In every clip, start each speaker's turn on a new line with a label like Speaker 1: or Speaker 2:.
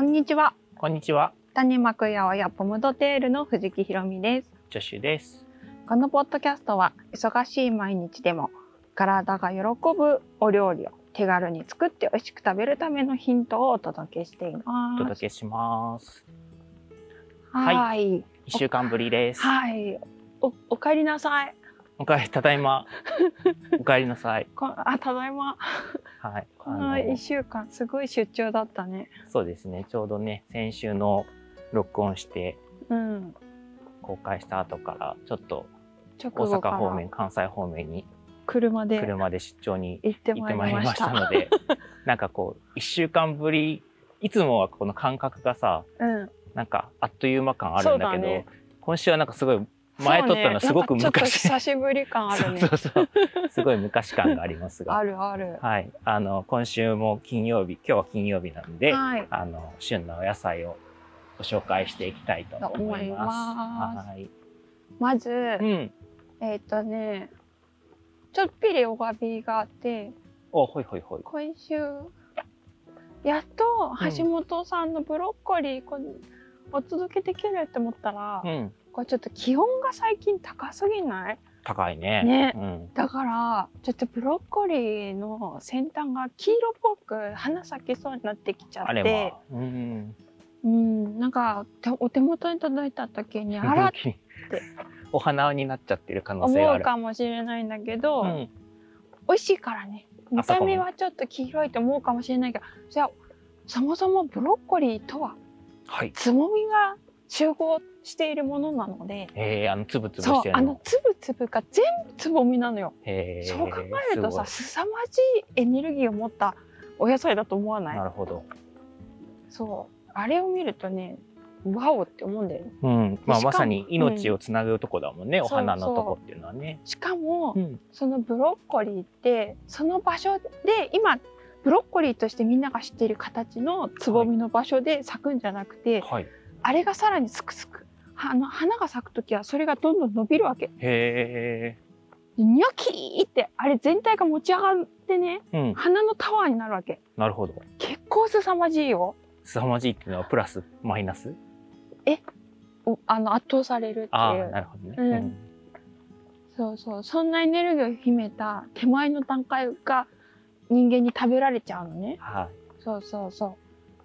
Speaker 1: んにちは。
Speaker 2: こんにちは、
Speaker 1: 谷幕八百屋ポムドテールの藤木ひろみです。
Speaker 2: ジョッシュです。
Speaker 1: このポッドキャストは忙しい毎日でも体が喜ぶお料理を手軽に作って美味しく食べるためのヒントをお届けしてい
Speaker 2: お
Speaker 1: ます。
Speaker 2: 届けします。はい
Speaker 1: はい。
Speaker 2: 一週間ぶりです。
Speaker 1: はい。お、お帰りなさい。
Speaker 2: おかえり、ただ いま。おかえりなさい。
Speaker 1: こ あ、ただいま。
Speaker 2: はい。
Speaker 1: こ
Speaker 2: あの
Speaker 1: の一週間すごい出張だったね。
Speaker 2: そうですね。ちょうどね、先週の録音して
Speaker 1: うん。
Speaker 2: 公開した後から、ちょっと
Speaker 1: 直
Speaker 2: 大
Speaker 1: 後か
Speaker 2: 阪方
Speaker 1: ら
Speaker 2: 面、関西方面に
Speaker 1: 車で
Speaker 2: 車で出張に
Speaker 1: 行って
Speaker 2: 行っ
Speaker 1: ま
Speaker 2: て
Speaker 1: い
Speaker 2: まい
Speaker 1: り
Speaker 2: り
Speaker 1: ま
Speaker 2: ま
Speaker 1: し
Speaker 2: した
Speaker 1: た。
Speaker 2: ので、 なんかこう、一週間ぶり、いつもはこの感覚がさ、
Speaker 1: うん。
Speaker 2: なんかあっという間感あるんだけ
Speaker 1: そうだ
Speaker 2: ど、
Speaker 1: ね
Speaker 2: 今週はなんかすごい前撮ったのすごく
Speaker 1: そうねなんか
Speaker 2: 昔
Speaker 1: ちょっと久しぶり感あるね。
Speaker 2: そうそうそう。すごい昔感がありますが。
Speaker 1: あるある。
Speaker 2: はい。あの、今週も金曜日、今日は金曜日なので、
Speaker 1: はい。
Speaker 2: あの、旬のお野菜をご紹介していきたいと思います。
Speaker 1: 思
Speaker 2: はい。
Speaker 1: まず、
Speaker 2: うん。
Speaker 1: えっ、とね、ちょっぴりお詫びがあって、
Speaker 2: お、ほいほいほい。
Speaker 1: 今週、やっと橋本さんのブロッコリー、こうお届けできるって思ったら、
Speaker 2: うん。
Speaker 1: これちょっと気温が最近高すぎない
Speaker 2: 高いね。
Speaker 1: ね
Speaker 2: うん。
Speaker 1: だから、ちょっとブロッコリーの先端が黄色っぽく花咲きそうになってきちゃ
Speaker 2: あ
Speaker 1: っ
Speaker 2: れ
Speaker 1: て
Speaker 2: は、、うん。
Speaker 1: うん、なんかてお手元に届いた時に、 あらっ
Speaker 2: お花になっちゃってる可能性が
Speaker 1: 思
Speaker 2: あ
Speaker 1: う
Speaker 2: る。
Speaker 1: かもしれないんだけど、
Speaker 2: うん。
Speaker 1: 美味しいからね見た目はちょっと黄色いと思うかもしれないけどじゃあそもそもブロッコリーとは
Speaker 2: はい。
Speaker 1: つぼみが集合しているものなので
Speaker 2: えー、あの、つぶつぶ
Speaker 1: そ
Speaker 2: し
Speaker 1: う
Speaker 2: てる
Speaker 1: あ
Speaker 2: の
Speaker 1: の。つぶつぶが全部つぼみなのよ、
Speaker 2: えー
Speaker 1: そう考えるとさ
Speaker 2: す
Speaker 1: すさまじいエネルギーを持ったお野菜だと思わ
Speaker 2: ご
Speaker 1: ないい
Speaker 2: なるほど。
Speaker 1: そうあれを見るとねワオって思うんだよね
Speaker 2: うん。まあ、
Speaker 1: しかも
Speaker 2: まさに命をつなぐとこだもんね、
Speaker 1: ん
Speaker 2: お花のとこっていうのはね。
Speaker 1: しかも、
Speaker 2: うん。
Speaker 1: そのブロッコリーってその場所で今ブロッコリーとしてみんなが知っている形のつぼみの場所で咲くんじゃなくて、
Speaker 2: はい。
Speaker 1: あれがさらにすくすくあの花が咲く時はそれがどんどん伸びるわけ
Speaker 2: へ
Speaker 1: でニョキーってあれ全体が持ち上がってね
Speaker 2: え。うん。
Speaker 1: 花のタワーになるわけ
Speaker 2: なるほど。
Speaker 1: 結構すさまじいよ
Speaker 2: 凄まじいっていうのはプラス、マイナス。
Speaker 1: おあの圧倒されるって
Speaker 2: ああ、
Speaker 1: いう
Speaker 2: なるほどね。
Speaker 1: うんそうそうそんなエネルギーを秘めた手前の段階が人間に食べられちゃうのね
Speaker 2: は
Speaker 1: そうそうそ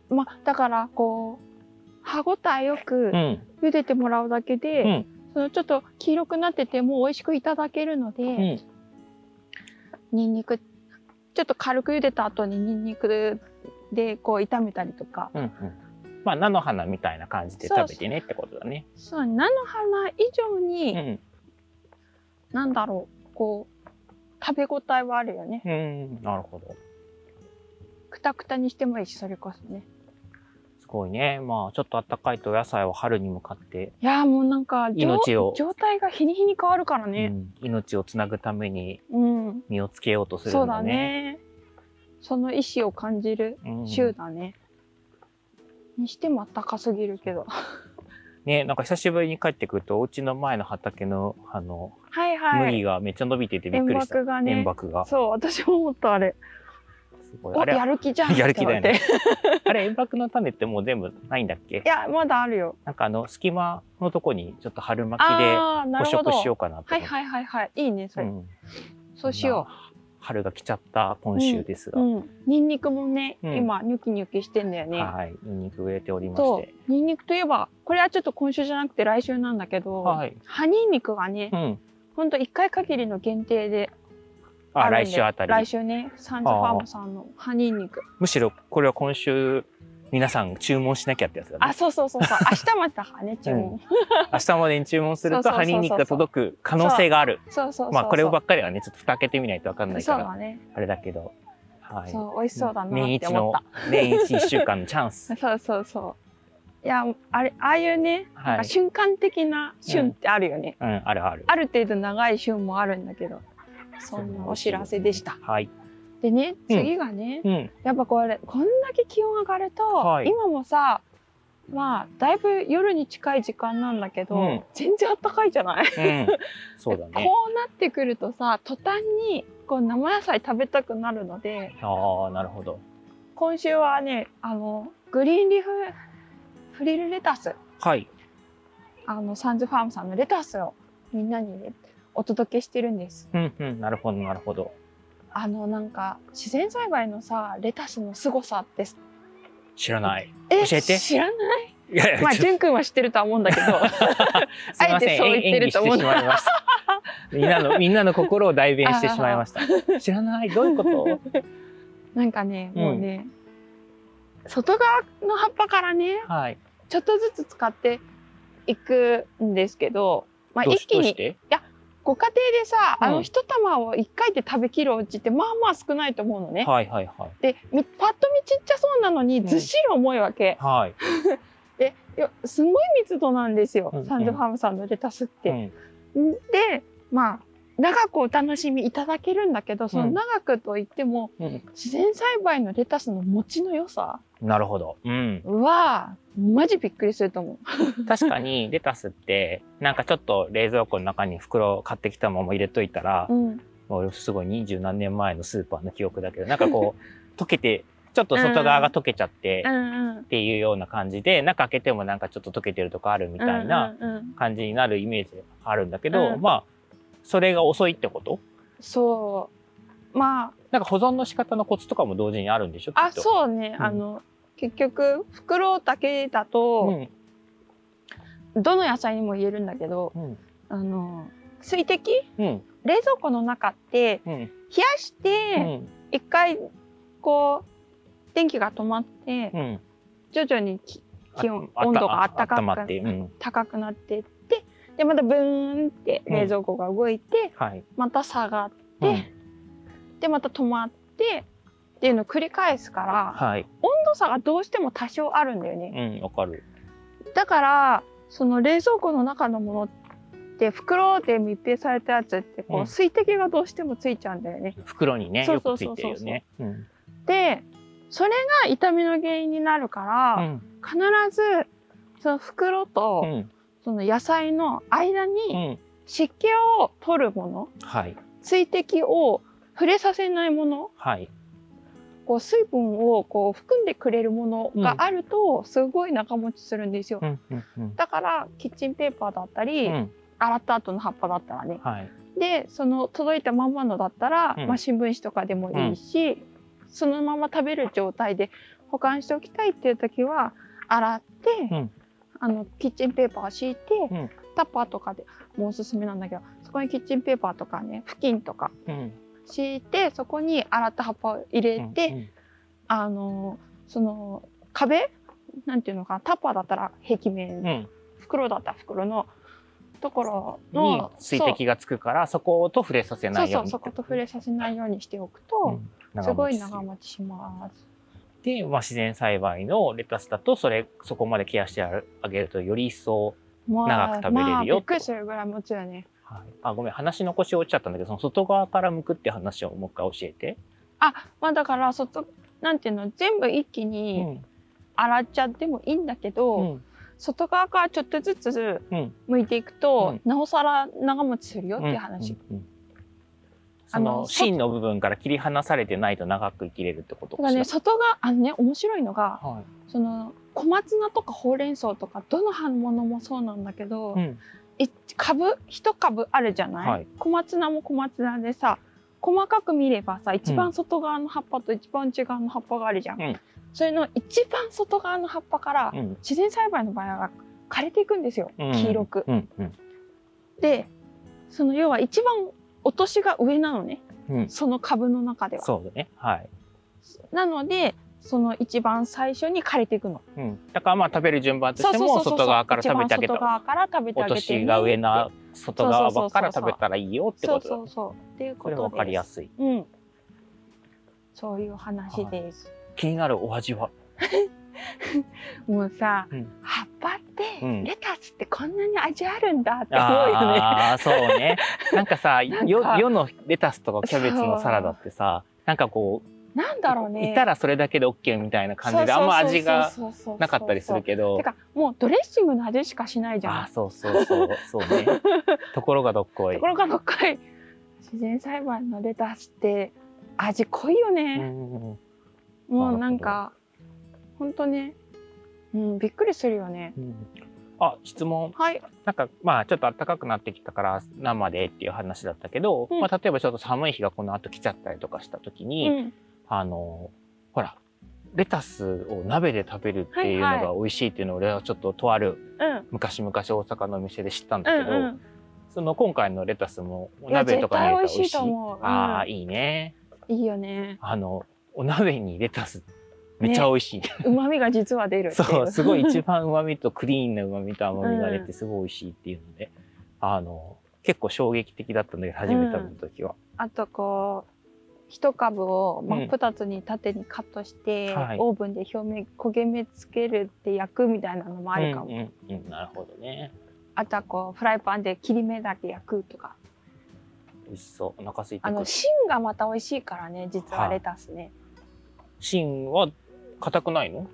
Speaker 1: う。まあだからこう歯ごたえよく
Speaker 2: い。うん。
Speaker 1: 茹でてもらうだけで、
Speaker 2: うん
Speaker 1: そのちょっと黄色くなってても美味しくいただけるので、
Speaker 2: うん。
Speaker 1: にんにくちょっと軽く茹でた後ににんにくでこう炒めたりとか
Speaker 2: うん。うん。まあ、菜の花みたいな感じで食べてねってことだね。
Speaker 1: そう菜の花以上に、
Speaker 2: うん。
Speaker 1: なんだろうこう食べ応えはあるよね
Speaker 2: うん。なるほど。
Speaker 1: くたくたにしてもいいしそれこそね
Speaker 2: すごいね。まあ、ちょっと暖かいとお野菜は春に向かって、
Speaker 1: いやーもうなんか状
Speaker 2: 命を
Speaker 1: 状態が日に日に変わるから
Speaker 2: う
Speaker 1: ね
Speaker 2: ん命をつなぐために
Speaker 1: うん
Speaker 2: 身をつけようとする
Speaker 1: そうん
Speaker 2: だ
Speaker 1: だ
Speaker 2: ね。
Speaker 1: ね。その意志を感じる
Speaker 2: うん
Speaker 1: 週だね。にしてもあったかすぎるけど。
Speaker 2: ね、なんか久しぶりに帰ってくると、お家の前の畑の、あの、
Speaker 1: はいは
Speaker 2: 麦
Speaker 1: い。
Speaker 2: がめっちゃ伸びててびっ
Speaker 1: 円
Speaker 2: くりした。
Speaker 1: 幕がね。
Speaker 2: 爆が。す
Speaker 1: そう、私も思ったあれ。
Speaker 2: ごい。
Speaker 1: お
Speaker 2: あれ、
Speaker 1: やる気じゃん。
Speaker 2: やる気だよね
Speaker 1: って思って
Speaker 2: あれ、円幕の種ってもう全部ないんだっけ
Speaker 1: いや、まだあるよ。
Speaker 2: なんかあの、隙間のとこにちょっと春巻きで
Speaker 1: ああ、な
Speaker 2: 捕
Speaker 1: るほど。
Speaker 2: 食しよ
Speaker 1: は
Speaker 2: うかなと思
Speaker 1: い
Speaker 2: って。
Speaker 1: はいはいはい。いいね、それ。
Speaker 2: うん
Speaker 1: そうしよ
Speaker 2: そんな春が来ちゃった今週です
Speaker 1: う。
Speaker 2: が、
Speaker 1: うん。ニンニクもね、
Speaker 2: うん
Speaker 1: 今、ニョキニョキしてんだよね。
Speaker 2: はい、ニンニク植えておりまし
Speaker 1: そ
Speaker 2: て。
Speaker 1: う。ニンニクといえば、これはちょっと今週じゃなくて来週なんだけど、
Speaker 2: はい。
Speaker 1: 葉ニンニクがね
Speaker 2: う、ん。
Speaker 1: ほんと1回限りの限定で
Speaker 2: あ、
Speaker 1: るんで
Speaker 2: 来週あた
Speaker 1: 来
Speaker 2: り。
Speaker 1: 週ねサンズファームさんの葉ニンニク
Speaker 2: むしろこれは今週、皆さん注文しなきゃってやつだ
Speaker 1: あ
Speaker 2: ね。
Speaker 1: そうそうそう そう明日までだからね注文、
Speaker 2: 明日までに注文する
Speaker 1: そ
Speaker 2: と、
Speaker 1: うそうそう
Speaker 2: ハ
Speaker 1: そう
Speaker 2: ニーニックが届く可能性がある。
Speaker 1: そうそうそう
Speaker 2: まあ、こればっかりはね、ちょっと蓋開けてみないとわかんない
Speaker 1: そ
Speaker 2: か
Speaker 1: う
Speaker 2: ら、
Speaker 1: だね、
Speaker 2: あれだけど。はい。
Speaker 1: そう美味しそうだな
Speaker 2: 年
Speaker 1: っ
Speaker 2: 一
Speaker 1: て思
Speaker 2: の
Speaker 1: っ、
Speaker 2: 年一一週間のチャン
Speaker 1: た。
Speaker 2: ス
Speaker 1: そうそうそういやあれああいうね、
Speaker 2: は
Speaker 1: な
Speaker 2: い
Speaker 1: んか瞬間的な旬ってあるよね、
Speaker 2: うん、あるある。
Speaker 1: ある程度長い旬もあるんだけどそんなお知らせでした。
Speaker 2: はい。
Speaker 1: でね
Speaker 2: うん
Speaker 1: 次がね、
Speaker 2: うん。
Speaker 1: やっぱこれこんだけ気温上がると、
Speaker 2: はい
Speaker 1: 今もさまあだいぶ夜に近い時間なんだけど、
Speaker 2: うん
Speaker 1: 全然暖かいじゃない
Speaker 2: うん。そうだね。
Speaker 1: こうなってくるとさ途端にこう生野菜食べたくなるので
Speaker 2: ああ、なるほど。
Speaker 1: 今週はねあのグリーンリーフフリルレタス
Speaker 2: はい。
Speaker 1: あのサンズファームさんのレタスをみんなにねお届けしてるんです。
Speaker 2: うんうん。なるほど、なるほど。
Speaker 1: あのなんか自然栽培のさレタスの凄さって
Speaker 2: 知らない。
Speaker 1: え
Speaker 2: 教えて
Speaker 1: 知らない。
Speaker 2: いやい
Speaker 1: まあ
Speaker 2: や、ちょっ
Speaker 1: 潤くんは知ってるとは思うんだけど。
Speaker 2: とすいません。
Speaker 1: あえてそう言って
Speaker 2: 演
Speaker 1: る
Speaker 2: 技
Speaker 1: と
Speaker 2: し
Speaker 1: 思う
Speaker 2: てしま いました。みんなの、みんなの心を代弁してしまいました。知らない。どういうこと
Speaker 1: なんかね、
Speaker 2: うん
Speaker 1: もうね、外側の葉っぱからね、
Speaker 2: はい。
Speaker 1: ちょっとずつ使っていくんですけど、まあ、
Speaker 2: どう
Speaker 1: 一
Speaker 2: し
Speaker 1: 気
Speaker 2: どうし
Speaker 1: に
Speaker 2: て
Speaker 1: ご家庭でさ、あ
Speaker 2: う
Speaker 1: の
Speaker 2: ん
Speaker 1: 一玉を一回で食べきるお家ってまあまあ少ないと思うのね。
Speaker 2: はいはいはい。
Speaker 1: で、みパッと見ちっちゃそうなのに
Speaker 2: ん
Speaker 1: ずっしり重いわけ。
Speaker 2: はい。
Speaker 1: で、よすごい密度なんですよ、
Speaker 2: うんうん
Speaker 1: サンズファームさんのレタスって。
Speaker 2: うん
Speaker 1: で、まあ、長くお楽しみいただけるんだけど、その長くといっても、
Speaker 2: うん
Speaker 1: 自然栽培のレタスの持ちの良さ
Speaker 2: なるほど。うん。
Speaker 1: は、マジびっくりすると思う。
Speaker 2: 確かにレタスって、なんかちょっと冷蔵庫の中に袋を買ってきたまま入れといたら、
Speaker 1: うん、
Speaker 2: もう俺すごい二十何年前のスーパーの記憶だけど、なんかこ う、溶けて、ちょっと外側が溶けちゃって
Speaker 1: う、ん、うん。
Speaker 2: っていうような感じで、中開けてもなんかちょっと溶けてるとこあるみたいな
Speaker 1: うんうんうん
Speaker 2: 感じになるイメージあるんだけど、
Speaker 1: うん
Speaker 2: まあ、それが遅いってこと
Speaker 1: そう。ま
Speaker 2: なんか保存の仕方のコツとかも同時にあるんでしょ
Speaker 1: あ、あ、
Speaker 2: きっと
Speaker 1: そうね、
Speaker 2: うん
Speaker 1: あの、結局、袋だけだ
Speaker 2: う
Speaker 1: と、
Speaker 2: ん
Speaker 1: どの野菜にも言えるんだけど、
Speaker 2: うん
Speaker 1: あの、水滴
Speaker 2: うん
Speaker 1: 冷蔵庫の中って、
Speaker 2: うん
Speaker 1: 冷やし
Speaker 2: う
Speaker 1: て、
Speaker 2: ん
Speaker 1: 一回、こう、電気が止まって、
Speaker 2: うん
Speaker 1: 徐々にき
Speaker 2: あ
Speaker 1: 気温、
Speaker 2: あった
Speaker 1: 温度があったか
Speaker 2: あまっ
Speaker 1: く
Speaker 2: て、うん、
Speaker 1: 高くなっていって、で、またブーンって冷蔵庫が動いて、
Speaker 2: はい、
Speaker 1: また下がっ
Speaker 2: う
Speaker 1: て
Speaker 2: ん、
Speaker 1: で、また止まって、っていうのを繰り返すから、
Speaker 2: はい、
Speaker 1: 温度差がどうしても多少あるんだよね。
Speaker 2: うん、わかる。
Speaker 1: だから、その冷蔵庫の中のものって、袋で密閉されたやつって、こ
Speaker 2: う
Speaker 1: う、
Speaker 2: ん
Speaker 1: 水滴がどうしてもついちゃうんだよね。
Speaker 2: 袋にね、
Speaker 1: そう
Speaker 2: よ
Speaker 1: そう
Speaker 2: くつ
Speaker 1: そ
Speaker 2: いうて
Speaker 1: そう
Speaker 2: るよね。うん
Speaker 1: で、それが痛みの原因になるから、
Speaker 2: うん
Speaker 1: 必ず、その袋と、
Speaker 2: うん
Speaker 1: その野菜の間
Speaker 2: う
Speaker 1: に
Speaker 2: ん
Speaker 1: 湿気を取るもの、
Speaker 2: はい
Speaker 1: 水滴を触れさせないもの、
Speaker 2: はい。
Speaker 1: こう水分をこう含んでくれるものがあるとすごい長持ちするんですよ。
Speaker 2: うんうんうん
Speaker 1: だからキッチンペーパーだったり、
Speaker 2: うん
Speaker 1: 洗った後の葉っぱだったらね。
Speaker 2: はい
Speaker 1: で、その届いたまんまのだったら、
Speaker 2: うん
Speaker 1: まあ新聞紙とかでもいいし、そのまま食べる状態で保管しておきたいっていう時は洗って、
Speaker 2: うん
Speaker 1: あのキッチンペーパーを敷いて、
Speaker 2: うん
Speaker 1: タッパーとかでもうおすすめなんだけど、そこにキッチンペーパーとかね、布巾とか
Speaker 2: うん
Speaker 1: 敷いて、そこに洗った葉っぱを入れ
Speaker 2: うん
Speaker 1: て、あのその壁なんていうのかなタッパーだったら壁面、
Speaker 2: うん
Speaker 1: 袋だったら袋のところ
Speaker 2: に
Speaker 1: の
Speaker 2: 水滴がつくからそこと触れさせ
Speaker 1: そ
Speaker 2: な
Speaker 1: う
Speaker 2: い
Speaker 1: そ
Speaker 2: よう
Speaker 1: う
Speaker 2: に。
Speaker 1: そこと触れさせないようにしておく
Speaker 2: う
Speaker 1: と、
Speaker 2: ん長持ち
Speaker 1: すごい
Speaker 2: する
Speaker 1: 長持ちします。
Speaker 2: で、まあ、自然栽培のレタスだとそれそこまでケアしてあげるとより一層、
Speaker 1: ま
Speaker 2: 長く食べれるよ
Speaker 1: まあ、
Speaker 2: と
Speaker 1: びっくりするぐらい持つよね。
Speaker 2: はい、あごめん話の腰落ちちゃったんだけどその外側から向くって話をもう一回教えて。
Speaker 1: まあだから外なんていうの全部一気に
Speaker 2: ん
Speaker 1: 洗っちゃってもいいんだけど、
Speaker 2: うん
Speaker 1: 外側からちょっとずつ
Speaker 2: うん
Speaker 1: 剥いていくと、なおさら長持ちするよっていう話。
Speaker 2: うんうんうんそ
Speaker 1: あの
Speaker 2: の
Speaker 1: そ
Speaker 2: 芯の部分から切り離されてないと長く生きれるってこ
Speaker 1: だ
Speaker 2: と
Speaker 1: からね
Speaker 2: し
Speaker 1: 外側あのね面白いのが
Speaker 2: らはい
Speaker 1: その小松菜とかほうれん草とかどの葉物もそうなんだけど、
Speaker 2: うん
Speaker 1: い株一株あるじゃない、
Speaker 2: はい
Speaker 1: 小松菜も小松菜でさ細かく見ればさ一
Speaker 2: う
Speaker 1: 番
Speaker 2: ん
Speaker 1: 外側の葉っぱと一番内側の葉っぱがあるじゃん、
Speaker 2: うん
Speaker 1: それの一番外側の葉っぱから
Speaker 2: うん
Speaker 1: 自然栽培の場合は枯れていくんですよ、
Speaker 2: うん
Speaker 1: 黄色く。
Speaker 2: うんうん
Speaker 1: でその要は一番お年が上なのね
Speaker 2: うん、
Speaker 1: その株の中では。
Speaker 2: そうだねはい、
Speaker 1: なのでその一番最初に枯れていくの。
Speaker 2: うん、だからまあ食べる順番と
Speaker 1: そう
Speaker 2: して
Speaker 1: そう
Speaker 2: も
Speaker 1: そうそう
Speaker 2: 外側から食べてあげ
Speaker 1: 一番外
Speaker 2: た
Speaker 1: 側から食べて
Speaker 2: お
Speaker 1: あげてね
Speaker 2: 年が上な外側ばっから食べたらいいよって
Speaker 1: そ
Speaker 2: こ
Speaker 1: う
Speaker 2: とだ
Speaker 1: そうそうっていうこ
Speaker 2: こ
Speaker 1: と
Speaker 2: れ
Speaker 1: です
Speaker 2: も分かりやすい
Speaker 1: うんそういう話です、
Speaker 2: 気になるお 味は
Speaker 1: もうさ、
Speaker 2: うん
Speaker 1: 葉っぱって、
Speaker 2: うん
Speaker 1: レタスってこんなに味あるんだって思うよね
Speaker 2: ああそうね なんかさ
Speaker 1: なんか
Speaker 2: よ世のレタスとかキャベツのサラダってさなんかこう
Speaker 1: なんだろうね
Speaker 2: いたらそれだけで OK みたいな感じであんま味がなかったりする
Speaker 1: け
Speaker 2: けど
Speaker 1: てかもうドレッシングの味しかしないじゃ
Speaker 2: あ
Speaker 1: ん
Speaker 2: ーそうそうそうそうね ところがどっことい
Speaker 1: ころがどっかい自然栽培のレタスって味濃いよ
Speaker 2: う
Speaker 1: ね、
Speaker 2: ん
Speaker 1: もうなんか本当ね、うん、びっくりするよね。
Speaker 2: うんあ質問
Speaker 1: はい、
Speaker 2: なんかまあちょっと暖かくなってきたから生でっていう話だったけど、
Speaker 1: うん
Speaker 2: まあ、例えばちょっと寒い日がこの後来ちゃったりとかした時
Speaker 1: う
Speaker 2: に、
Speaker 1: ん、
Speaker 2: あのほらレタスを鍋で食べるっていう
Speaker 1: はいはい
Speaker 2: のが美味しいっていうのを俺はちょっととある
Speaker 1: うん、
Speaker 2: 昔々大阪のお店で知ったん
Speaker 1: う
Speaker 2: だけ
Speaker 1: ん、
Speaker 2: ど、
Speaker 1: うん。
Speaker 2: その今回のレタスもお
Speaker 1: いや
Speaker 2: 鍋とかに入れたら美味しい
Speaker 1: 絶対美味しいと思ううん
Speaker 2: ああいいね
Speaker 1: いいよね。
Speaker 2: あのお鍋にレタスめっちゃ美味しい、
Speaker 1: 旨味が実は出るっていう。
Speaker 2: そうすごい一番旨味とクリーンな旨味と甘みが出てすごい美味しいっていうので、あの結構衝撃的だったんだけど初めて食べた時は、
Speaker 1: あとこう一株を真っ二つに縦にカットして、
Speaker 2: はい
Speaker 1: オーブンで表面焦げ目つけるって焼くみたいなのもあるかも、
Speaker 2: うんうんうんなるほどね
Speaker 1: あとはこうフライパンで切り目だけ焼くとか
Speaker 2: 美味しそうお腹空いて
Speaker 1: あ
Speaker 2: く
Speaker 1: の
Speaker 2: る
Speaker 1: 芯がまた美味しいからね実は
Speaker 2: はい
Speaker 1: レタスね、
Speaker 2: 芯は硬くないの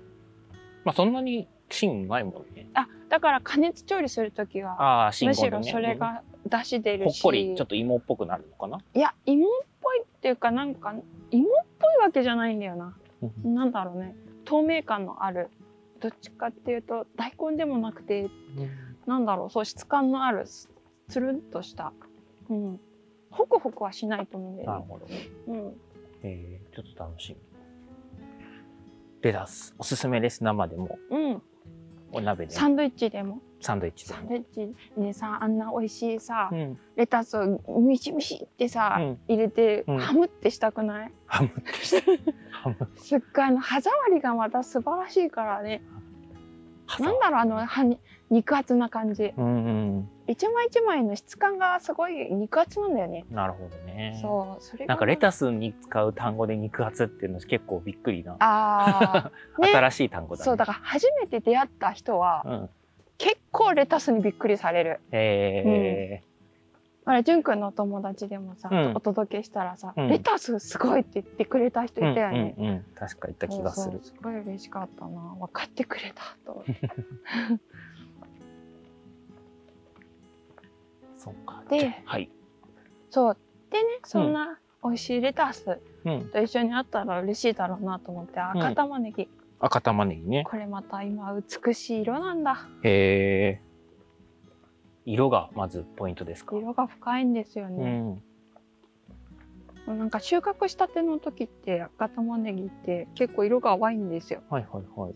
Speaker 2: まあそんなに芯ないもんね
Speaker 1: あだから加熱調理する時は
Speaker 2: ああ芯
Speaker 1: む
Speaker 2: 今
Speaker 1: し
Speaker 2: 度
Speaker 1: ろ
Speaker 2: ね
Speaker 1: それが出汁出
Speaker 2: うんほ
Speaker 1: る
Speaker 2: っ
Speaker 1: し
Speaker 2: こりちょっと芋っぽくなるのかない
Speaker 1: や芋っぽいっていうかなんか芋っぽいわけじゃないんだよななんだろうね透明感のあるどっちかっていうと大根でもなくてなんだろう、そう質感のあるつつるんとした、うん、ホクホクはしないと思うんだ
Speaker 2: なる
Speaker 1: よね。
Speaker 2: ほど
Speaker 1: うん、
Speaker 2: えー、ちょっと楽しみ。レタス、おすすめです。生でも、
Speaker 1: うん、
Speaker 2: お鍋でも
Speaker 1: サ、ンドイッチでも、
Speaker 2: サンドイッチで
Speaker 1: サン
Speaker 2: も。
Speaker 1: ドイッチにさ、あんな美味しいさ
Speaker 2: う、ん、
Speaker 1: レタスをミシミシってさ、
Speaker 2: うん
Speaker 1: 入れて、
Speaker 2: うん
Speaker 1: ハムってしたくない。
Speaker 2: ハムってして。ハム。
Speaker 1: すっごいあの歯触りがまた素晴らしいからね。なんだろう、あの歯に肉厚な感じ、
Speaker 2: うんうん、
Speaker 1: 一枚一枚の質感がすごい肉厚なんだよね。
Speaker 2: なるほどね。
Speaker 1: そう、それが
Speaker 2: なんかレタスに使う単語で肉厚っていうの結構びっくりな。
Speaker 1: ああ、ね
Speaker 2: 新しい単語だ、ね。
Speaker 1: そうだから初めて出会った人は。
Speaker 2: うん。
Speaker 1: 結構レタスにびっくりされる
Speaker 2: え
Speaker 1: あれ潤くんのお友達でもさ、
Speaker 2: うん
Speaker 1: お届けしたらさ、
Speaker 2: うん
Speaker 1: レタスすごいって言ってくれた人
Speaker 2: ー
Speaker 1: いたよね、
Speaker 2: うんうんうん。確か言った気がす
Speaker 1: そう
Speaker 2: る。
Speaker 1: そうすごい嬉しかったな分かってくれたと思って
Speaker 2: そうか。
Speaker 1: で
Speaker 2: じゃあはい。
Speaker 1: そうでねそんな美味しいレタス
Speaker 2: うん。
Speaker 1: と一緒にあったら嬉しいだろうなと思って
Speaker 2: うん
Speaker 1: 赤玉ねぎ、
Speaker 2: 赤玉ねぎね。
Speaker 1: これまた今美しい色なんだ
Speaker 2: えー。色がまずポイントですか。
Speaker 1: 色が深いんですよ
Speaker 2: う
Speaker 1: ね、
Speaker 2: ん。
Speaker 1: なんか収穫したての時って赤玉ねぎって結構色が淡いんですよ
Speaker 2: はいはいはい。
Speaker 1: も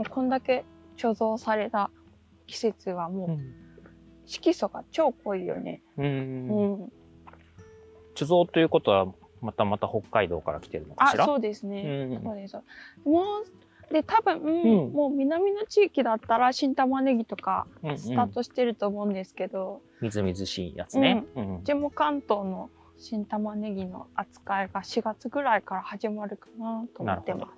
Speaker 1: うこんだけ貯蔵された季節はもう
Speaker 2: うん
Speaker 1: 色素が超濃いよね。
Speaker 2: う。
Speaker 1: うんん。
Speaker 2: 貯蔵ということは、またまた北海道から来てるのか
Speaker 1: あ
Speaker 2: し、ら。う
Speaker 1: そうですね。そ
Speaker 2: ん。
Speaker 1: うです。もう、で、多分、
Speaker 2: ん
Speaker 1: もう南の地域だったら新玉ねぎとか
Speaker 2: うんうん
Speaker 1: スタートしてると思うんですけど、
Speaker 2: みずみずしいやつね。うん
Speaker 1: う。ちも関東の新玉ねぎの扱いが4月ぐらいから始まるかなと思って
Speaker 2: な
Speaker 1: ま
Speaker 2: る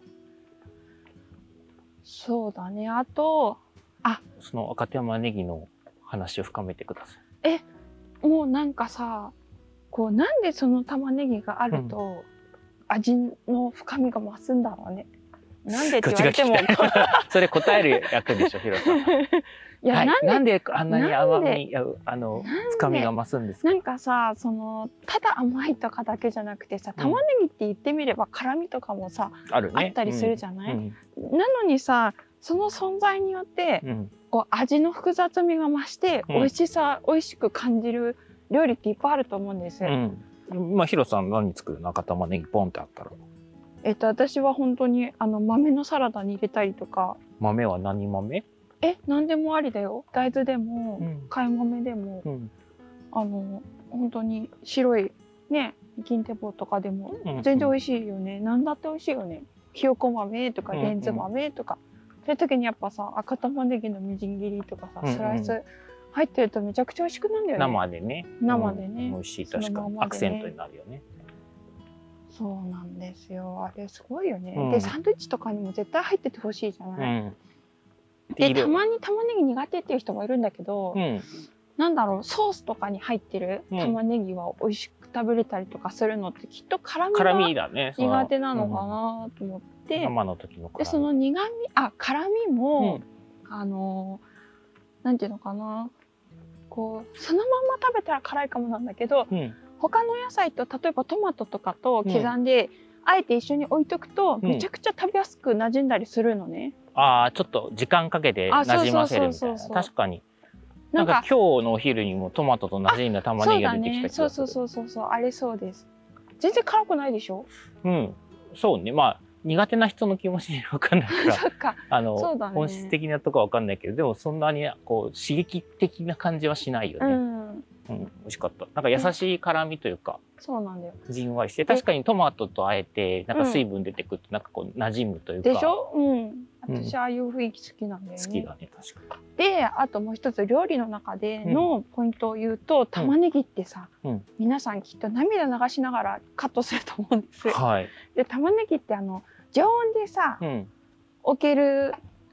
Speaker 1: す。そうだね。あと、
Speaker 2: その赤玉ねぎの話を深めてください。
Speaker 1: もうなんかさ、こう、なんでその玉ねぎがあると味の深みが増すんだろうね。なんでって
Speaker 2: こっ
Speaker 1: 言
Speaker 2: ち
Speaker 1: わ
Speaker 2: が
Speaker 1: れ
Speaker 2: 聞
Speaker 1: て
Speaker 2: き
Speaker 1: も
Speaker 2: たい、 それ答える役でしょ、ヒロさん。
Speaker 1: いや、
Speaker 2: はい
Speaker 1: なんで
Speaker 2: なんであんなに甘
Speaker 1: なん
Speaker 2: み、ああの、深みが増すんですか
Speaker 1: なんかさそのただ甘いとかだけじゃなくてさ
Speaker 2: うん
Speaker 1: 玉ねぎって言ってみれば辛みとかもさ、
Speaker 2: あるね。
Speaker 1: あったりするじ
Speaker 2: ゃ
Speaker 1: ゃな、
Speaker 2: ないい
Speaker 1: なのにさその存在によって
Speaker 2: うん。
Speaker 1: こう味の複雑みが増して、
Speaker 2: うん
Speaker 1: 美味しさ美味しく感じる料理っていっぱいあると思うんです
Speaker 2: う
Speaker 1: よ、
Speaker 2: ん。まあ、ヒロさん何作るの赤玉ねぎポンってあったら。
Speaker 1: えっと私は本当にあの豆のサラダに入れたりとか
Speaker 2: 豆は何豆
Speaker 1: え何でもありだよ大豆でも、貝豆でも
Speaker 2: うん。
Speaker 1: あの本当に白いね銀手棒とかでも
Speaker 2: うん
Speaker 1: 全然美味しいよね、何だって美味しいよねひよこ豆とか
Speaker 2: うんうん
Speaker 1: レンズ豆とか、そういう時にやっぱさ赤玉ねぎのみじん切りとかさ
Speaker 2: うんうん
Speaker 1: スライス入ってるとめちゃくちゃ美味しくなるんだよね、
Speaker 2: 生でね。
Speaker 1: 生でね
Speaker 2: うん美味しい、確
Speaker 1: そのま
Speaker 2: かに。
Speaker 1: までね
Speaker 2: アクセントになるよね。
Speaker 1: そうなんですよあれすごいよね、
Speaker 2: うん
Speaker 1: でサンドイッチとかにも絶対入っててほしいじゃ
Speaker 2: う
Speaker 1: ない、
Speaker 2: ん。
Speaker 1: で
Speaker 2: 色
Speaker 1: たまに玉ねぎ苦手っていう人もいるんだけど、
Speaker 2: うん。
Speaker 1: なんだろうソースとかに入ってる
Speaker 2: うん
Speaker 1: 玉ねぎは美味しく食べれたりとかするのってきっと辛みが
Speaker 2: 辛みだね。その
Speaker 1: 苦手なのかなと思って、
Speaker 2: うん生の時の
Speaker 1: で
Speaker 2: 辛
Speaker 1: そ
Speaker 2: み。
Speaker 1: の苦みあ辛み
Speaker 2: うん
Speaker 1: も、あのなんていうのかなこうそのまま食べたら辛いかもなんだけど
Speaker 2: うん
Speaker 1: 他の野菜と例えばトマトとかと刻んで、あえて一緒に置いとくと、
Speaker 2: うん
Speaker 1: めちゃくちゃ食べやすく馴染んだりするのね。
Speaker 2: ああ、ちょっと時間かけて馴染ませ
Speaker 1: あそ
Speaker 2: るみたい
Speaker 1: うそうそうそう
Speaker 2: な。
Speaker 1: そう
Speaker 2: 確かに。
Speaker 1: な
Speaker 2: なんん
Speaker 1: か
Speaker 2: か今日のお昼にもトマトと馴染んだ玉ね
Speaker 1: そう
Speaker 2: ぎが
Speaker 1: だ
Speaker 2: 出てき
Speaker 1: ね。
Speaker 2: た気
Speaker 1: そう
Speaker 2: がす
Speaker 1: そう
Speaker 2: る。
Speaker 1: そうそうそうあれそうです。全然辛くないでしょ。
Speaker 2: うん。そうね。まあ、苦手な人の気持ちわかんないか ら、
Speaker 1: そっか。
Speaker 2: あ
Speaker 1: そ
Speaker 2: の、
Speaker 1: うだね
Speaker 2: 本質的なとかわかんないけど、でもそんなにこう刺激的な感じはしないよ
Speaker 1: う
Speaker 2: ね。
Speaker 1: ん。
Speaker 2: うん、美味しかった。なんか優しい辛みというか、
Speaker 1: そうなんだよ。
Speaker 2: じんわりして、
Speaker 1: で
Speaker 2: 確かにトマトとあえて、なんか
Speaker 1: うん
Speaker 2: 水分出てくると、なんかこう馴染むというか。
Speaker 1: でしょ。うん。
Speaker 2: うん
Speaker 1: 私ああいう雰囲気好きなんだよね。
Speaker 2: 好きだね、確か
Speaker 1: であともう一つ料理の中でのポイントを言うと、玉ねぎってさ、
Speaker 2: うん
Speaker 1: 皆さんきっと涙流しながらカットすると思うんです
Speaker 2: に。。はい。
Speaker 1: で玉ねぎってあの常温でさ、
Speaker 2: うん。
Speaker 1: 置ける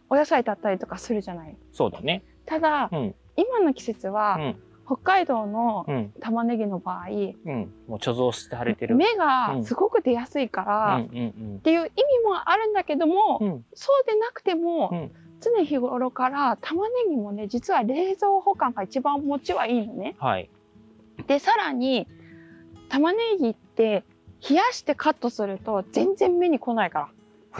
Speaker 1: お野菜だったりとかするじゃない。
Speaker 2: そうだね。
Speaker 1: ただ、
Speaker 2: うん。
Speaker 1: 今の季節は、
Speaker 2: うん
Speaker 1: 北海道の
Speaker 2: うん。
Speaker 1: 玉ねぎの場合、
Speaker 2: うん。もう貯蔵してれてる。
Speaker 1: 芽が
Speaker 2: うん
Speaker 1: すごく出やすいから、
Speaker 2: う
Speaker 1: っ
Speaker 2: んうん
Speaker 1: ていう意味もあるんだけども、
Speaker 2: うん。うん。
Speaker 1: そうでなくても、
Speaker 2: うん
Speaker 1: 常日頃から玉ねぎもね実は冷蔵保管が一番持ちはいいのね。
Speaker 2: はい。
Speaker 1: でさらに玉ねぎって冷やしてカットすると全然目に来ないか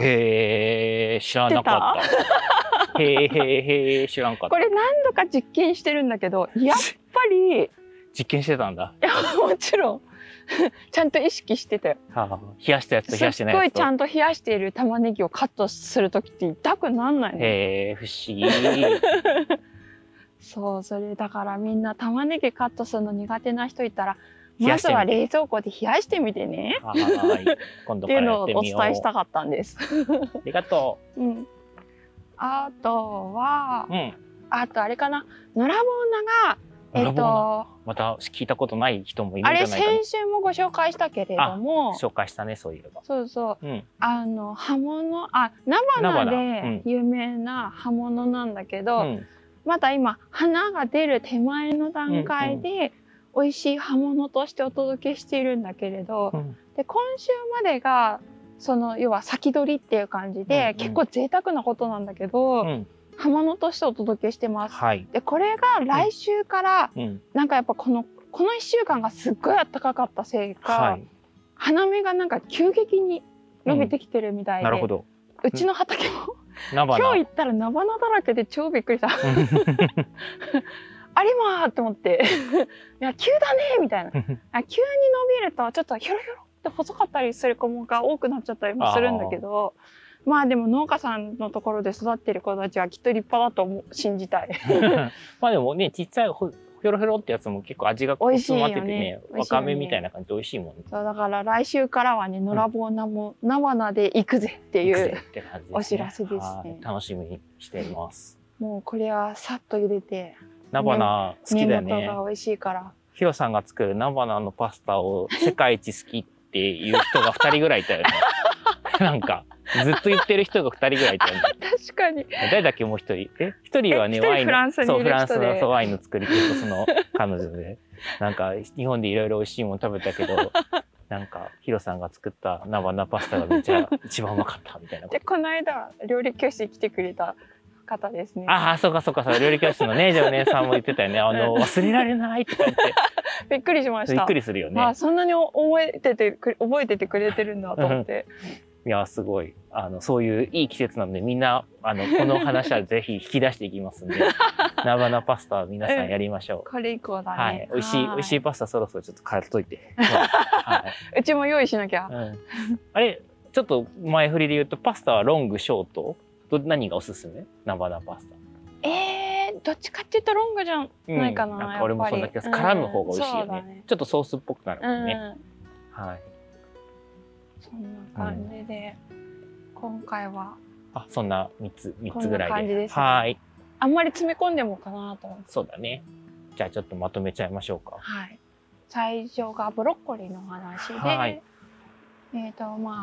Speaker 1: ら
Speaker 2: へえ、知らなかった。へえへえへえ、知らんかっ
Speaker 1: こ
Speaker 2: た。
Speaker 1: れ何度か実験してるんだけどやっぱり い
Speaker 2: 実験してたんだ。
Speaker 1: やもちろん ちゃんと意識してたよ
Speaker 2: はあ冷やしたやつと冷やし
Speaker 1: す
Speaker 2: て
Speaker 1: っ
Speaker 2: ない
Speaker 1: ご
Speaker 2: や
Speaker 1: い
Speaker 2: つ
Speaker 1: ち
Speaker 2: と。
Speaker 1: ゃんと冷やしている玉ねぎをカットする時って痛くなんないの
Speaker 2: へえ、不思議。
Speaker 1: そうそれだからみんな玉ねぎカットするの苦手な人いたら
Speaker 2: 冷
Speaker 1: ま
Speaker 2: やし
Speaker 1: ず
Speaker 2: てみて
Speaker 1: は冷蔵庫で冷やしてみてね
Speaker 2: はい。今
Speaker 1: っ
Speaker 2: 度
Speaker 1: て
Speaker 2: か
Speaker 1: いう
Speaker 2: ら
Speaker 1: の
Speaker 2: や
Speaker 1: を
Speaker 2: っ
Speaker 1: お
Speaker 2: て
Speaker 1: 伝
Speaker 2: みよう。
Speaker 1: えしたかったんです。
Speaker 2: ありがと
Speaker 1: うん、あとは
Speaker 2: う。うん。
Speaker 1: あとあれかな野良ボーナがえっ
Speaker 2: 野良
Speaker 1: と
Speaker 2: また聞いたことない人もいる
Speaker 1: あ
Speaker 2: んじ
Speaker 1: れ
Speaker 2: ゃないか
Speaker 1: 先週もご紹介したけれど
Speaker 2: な。
Speaker 1: も
Speaker 2: 紹介したね、そういえば。
Speaker 1: そうそう
Speaker 2: うん。
Speaker 1: あの葉物あ菜花
Speaker 2: 菜花うん
Speaker 1: で有名な葉物なんだけど、
Speaker 2: うん。
Speaker 1: まだ今花が出る手前の段階で美味しい葉物としてお届けしているんだけれど、
Speaker 2: うん
Speaker 1: で今週までがその要は先取りっていう感じで、
Speaker 2: うんうん
Speaker 1: 結構贅沢なことなんだけど、
Speaker 2: うん。
Speaker 1: 葉物としてお届けしてます。
Speaker 2: はい。
Speaker 1: でこれが来週から、
Speaker 2: うん。
Speaker 1: なんかやっぱこのこの1週間がすっごい暖かかったせいか、
Speaker 2: はい。
Speaker 1: 花芽がなんか急激に伸びてきてるみたいで、
Speaker 2: な
Speaker 1: う
Speaker 2: るほど。
Speaker 1: ちの畑 も
Speaker 2: 菜花。
Speaker 1: 今日行ったら菜花だらけで超びっくりしたあれまーって思って いや急だねーみたいなあ急に伸びるとちょっとひょろひょろって細かったりする子もが多くなっちゃったりもするんだけどまあでも農家さんのところで育ってる子たちはきっと立派だと思う信じたい
Speaker 2: まあでもね、ちっちゃいほひょろひょろってやつも結構味がこう
Speaker 1: 美味しいよ
Speaker 2: 詰
Speaker 1: ね
Speaker 2: まっててね、
Speaker 1: 美味
Speaker 2: わ
Speaker 1: しいよね
Speaker 2: かめみたいな感じで美味しいもんね。
Speaker 1: そうだから来週からはね野良坊なも菜花で行くぜってい
Speaker 2: 行く
Speaker 1: う
Speaker 2: ぜって感じですね
Speaker 1: お知らせですね
Speaker 2: はい楽しみにしています。
Speaker 1: もうこれはさっと茹でて
Speaker 2: 菜花好
Speaker 1: 根
Speaker 2: きだよ
Speaker 1: 元
Speaker 2: ね。
Speaker 1: が美味しいから
Speaker 2: ヒロさんが作る菜花のパスタを世界一好きっていう人が2人ぐらいいたよね。 なんか、ずっと言ってる人が2人ぐらいいたよね。
Speaker 1: 確かに
Speaker 2: 誰だっけもう一人。え一人はね、
Speaker 1: え一人
Speaker 2: ワイン
Speaker 1: フランスにいる
Speaker 2: そう、フランス
Speaker 1: 人で
Speaker 2: のそうワインの作り手とその彼女で。なんか、日本でいろいろ美味しいもの食べた けど、なんか、ヒロさんが作った菜花パスタがめっ ちゃ一番うまかったみたいなこと
Speaker 1: で。この間料理教室に来てくれた方ですね
Speaker 2: ああ、そうかそうかそう、料理教室のね、常連さんも言ってたよ ね。あの、
Speaker 1: うん
Speaker 2: 忘れられないとか言って、
Speaker 1: びっくりしまし
Speaker 2: びったくりするよね
Speaker 1: あ。そんなに覚えててく覚えててくれてるんだと思って
Speaker 2: いや、すごい。あの、そういういい季節なので、みんな、あの、この話はぜひ引き出していき ますんで、菜花パスタは皆さんやりましょう。
Speaker 1: これ以降だね、
Speaker 2: はい。美味しい、美味し
Speaker 1: い
Speaker 2: いパスタそろそろちょっと買っといて。はいう
Speaker 1: ちも用意しなきゃ
Speaker 2: うん あれ、ちょっと前振りで言うと、パスタはロング、ショート。ど何がおすすめ菜花パスタ。
Speaker 1: えー、どっちかっていうとロングじゃないかな,、
Speaker 2: うん、んか俺もそんな気がする。絡む方が美味しいよね。ちょっとソースっぽくなる
Speaker 1: う
Speaker 2: もん
Speaker 1: ん、
Speaker 2: ね。はい。
Speaker 1: そうだねうん、そんな感じで、今回は
Speaker 2: あ、そんな三つ、三つぐら
Speaker 1: こんな
Speaker 2: いで。
Speaker 1: 感じですね
Speaker 2: はい。
Speaker 1: あんまり詰め込んでもかなと思って
Speaker 2: そうだね。じゃあちょっとまとめちゃいましょうか。
Speaker 1: はい、最初がブロッコリーの話で、
Speaker 2: はい
Speaker 1: えっ、とま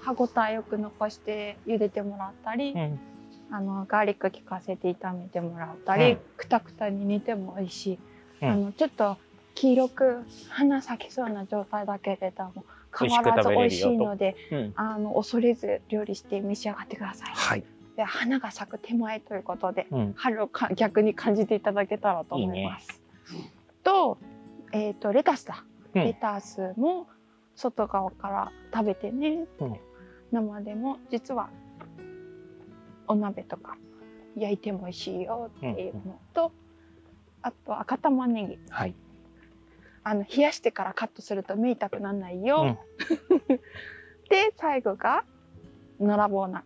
Speaker 1: あ歯ごたえよく残して茹でてもらったり、
Speaker 2: うん。
Speaker 1: あのガーリック効かせて炒めてもらったり、
Speaker 2: うん
Speaker 1: くたくたに煮ても美味しい、
Speaker 2: うん
Speaker 1: あのちょっと黄色く花咲きそうな状態だけれども変わらず美
Speaker 2: 美
Speaker 1: 味
Speaker 2: 味
Speaker 1: し
Speaker 2: しく食べれるよと
Speaker 1: いので
Speaker 2: うん。
Speaker 1: あの恐れず料理して召し上がってください。
Speaker 2: はい。
Speaker 1: で花が咲く手前ということで
Speaker 2: うん。
Speaker 1: 春をか逆に感じていただけたらと思います。と,、えー、とレタスだ、
Speaker 2: うん
Speaker 1: レタスも外側から食べてね、
Speaker 2: うん
Speaker 1: 生でも実はお鍋とか焼いても美味しいよっていうのと、あと赤玉ねぎ
Speaker 2: はい。
Speaker 1: あの冷やしてからカットすると目痛くならないよ、
Speaker 2: うん
Speaker 1: で最後がのらぼう菜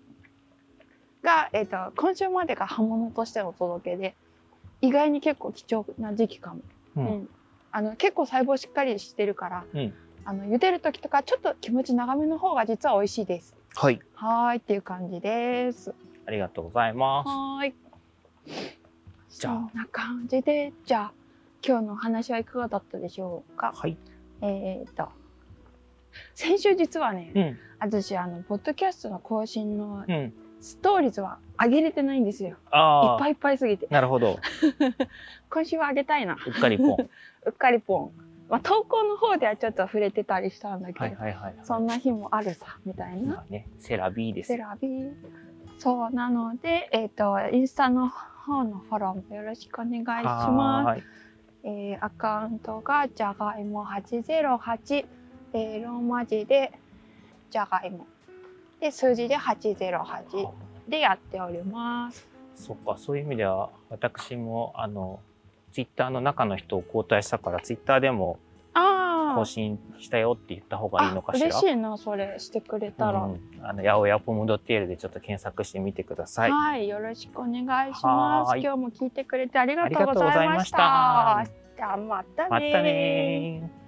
Speaker 1: が、えっと今週までが葉物としてのお届けで意外に結構貴重な時期かも、う
Speaker 2: う
Speaker 1: んんあの結構細胞しっかりしてるから、
Speaker 2: うん
Speaker 1: あの茹でる時とかちょっと気持ち長めの方が実は美味しいです
Speaker 2: はい。
Speaker 1: はーいっていう感じです
Speaker 2: ありがとうございま
Speaker 1: はーい
Speaker 2: じゃあ
Speaker 1: そんな感じでじゃあ今日のお話はいかがだったでしょうか
Speaker 2: す。はい。
Speaker 1: えっと先週実はね、
Speaker 2: うん。
Speaker 1: 私あのポッドキャストの更新の
Speaker 2: うん。
Speaker 1: ストーリーズは上げれてないんですよいっ
Speaker 2: あ
Speaker 1: ぱ
Speaker 2: あ。
Speaker 1: いいっぱいすぎて
Speaker 2: なるほど。
Speaker 1: 今週は上げたいな
Speaker 2: うっかりポン。
Speaker 1: うっかりポン、まあ、投稿の方ではちょっと触れてたりしたんだけど、
Speaker 2: はいはいはい。
Speaker 1: そんな日もあるさみたいな
Speaker 2: まあね、セラビーです
Speaker 1: セ。ラビーそうなのでえっ、とインスタの方のフォローもよろしくお願いします
Speaker 2: はーい。
Speaker 1: えーアカウントがじゃがいも808、えーローマ字でじゃがいもで数字で808
Speaker 2: あ
Speaker 1: でやっております。
Speaker 2: そっか、そういう意味では、私も、あの、ツイッターの中の人を交代したから、ツイッターでも
Speaker 1: ああ
Speaker 2: 更、新したよって言った方がいいの
Speaker 1: あ
Speaker 2: かしら。
Speaker 1: 嬉しいな、それしてくれたら。
Speaker 2: うん、あの、やおやポムドテールでちょっと検索してみてください。
Speaker 1: はい、よろしくお願いします。
Speaker 2: はーい
Speaker 1: 今日も聞いてくれてありが
Speaker 2: あり
Speaker 1: とう
Speaker 2: が
Speaker 1: ご
Speaker 2: とうご
Speaker 1: ざ
Speaker 2: ざ
Speaker 1: い
Speaker 2: い
Speaker 1: ま
Speaker 2: ま
Speaker 1: し。
Speaker 2: したた
Speaker 1: じゃあまたねー
Speaker 2: またねー。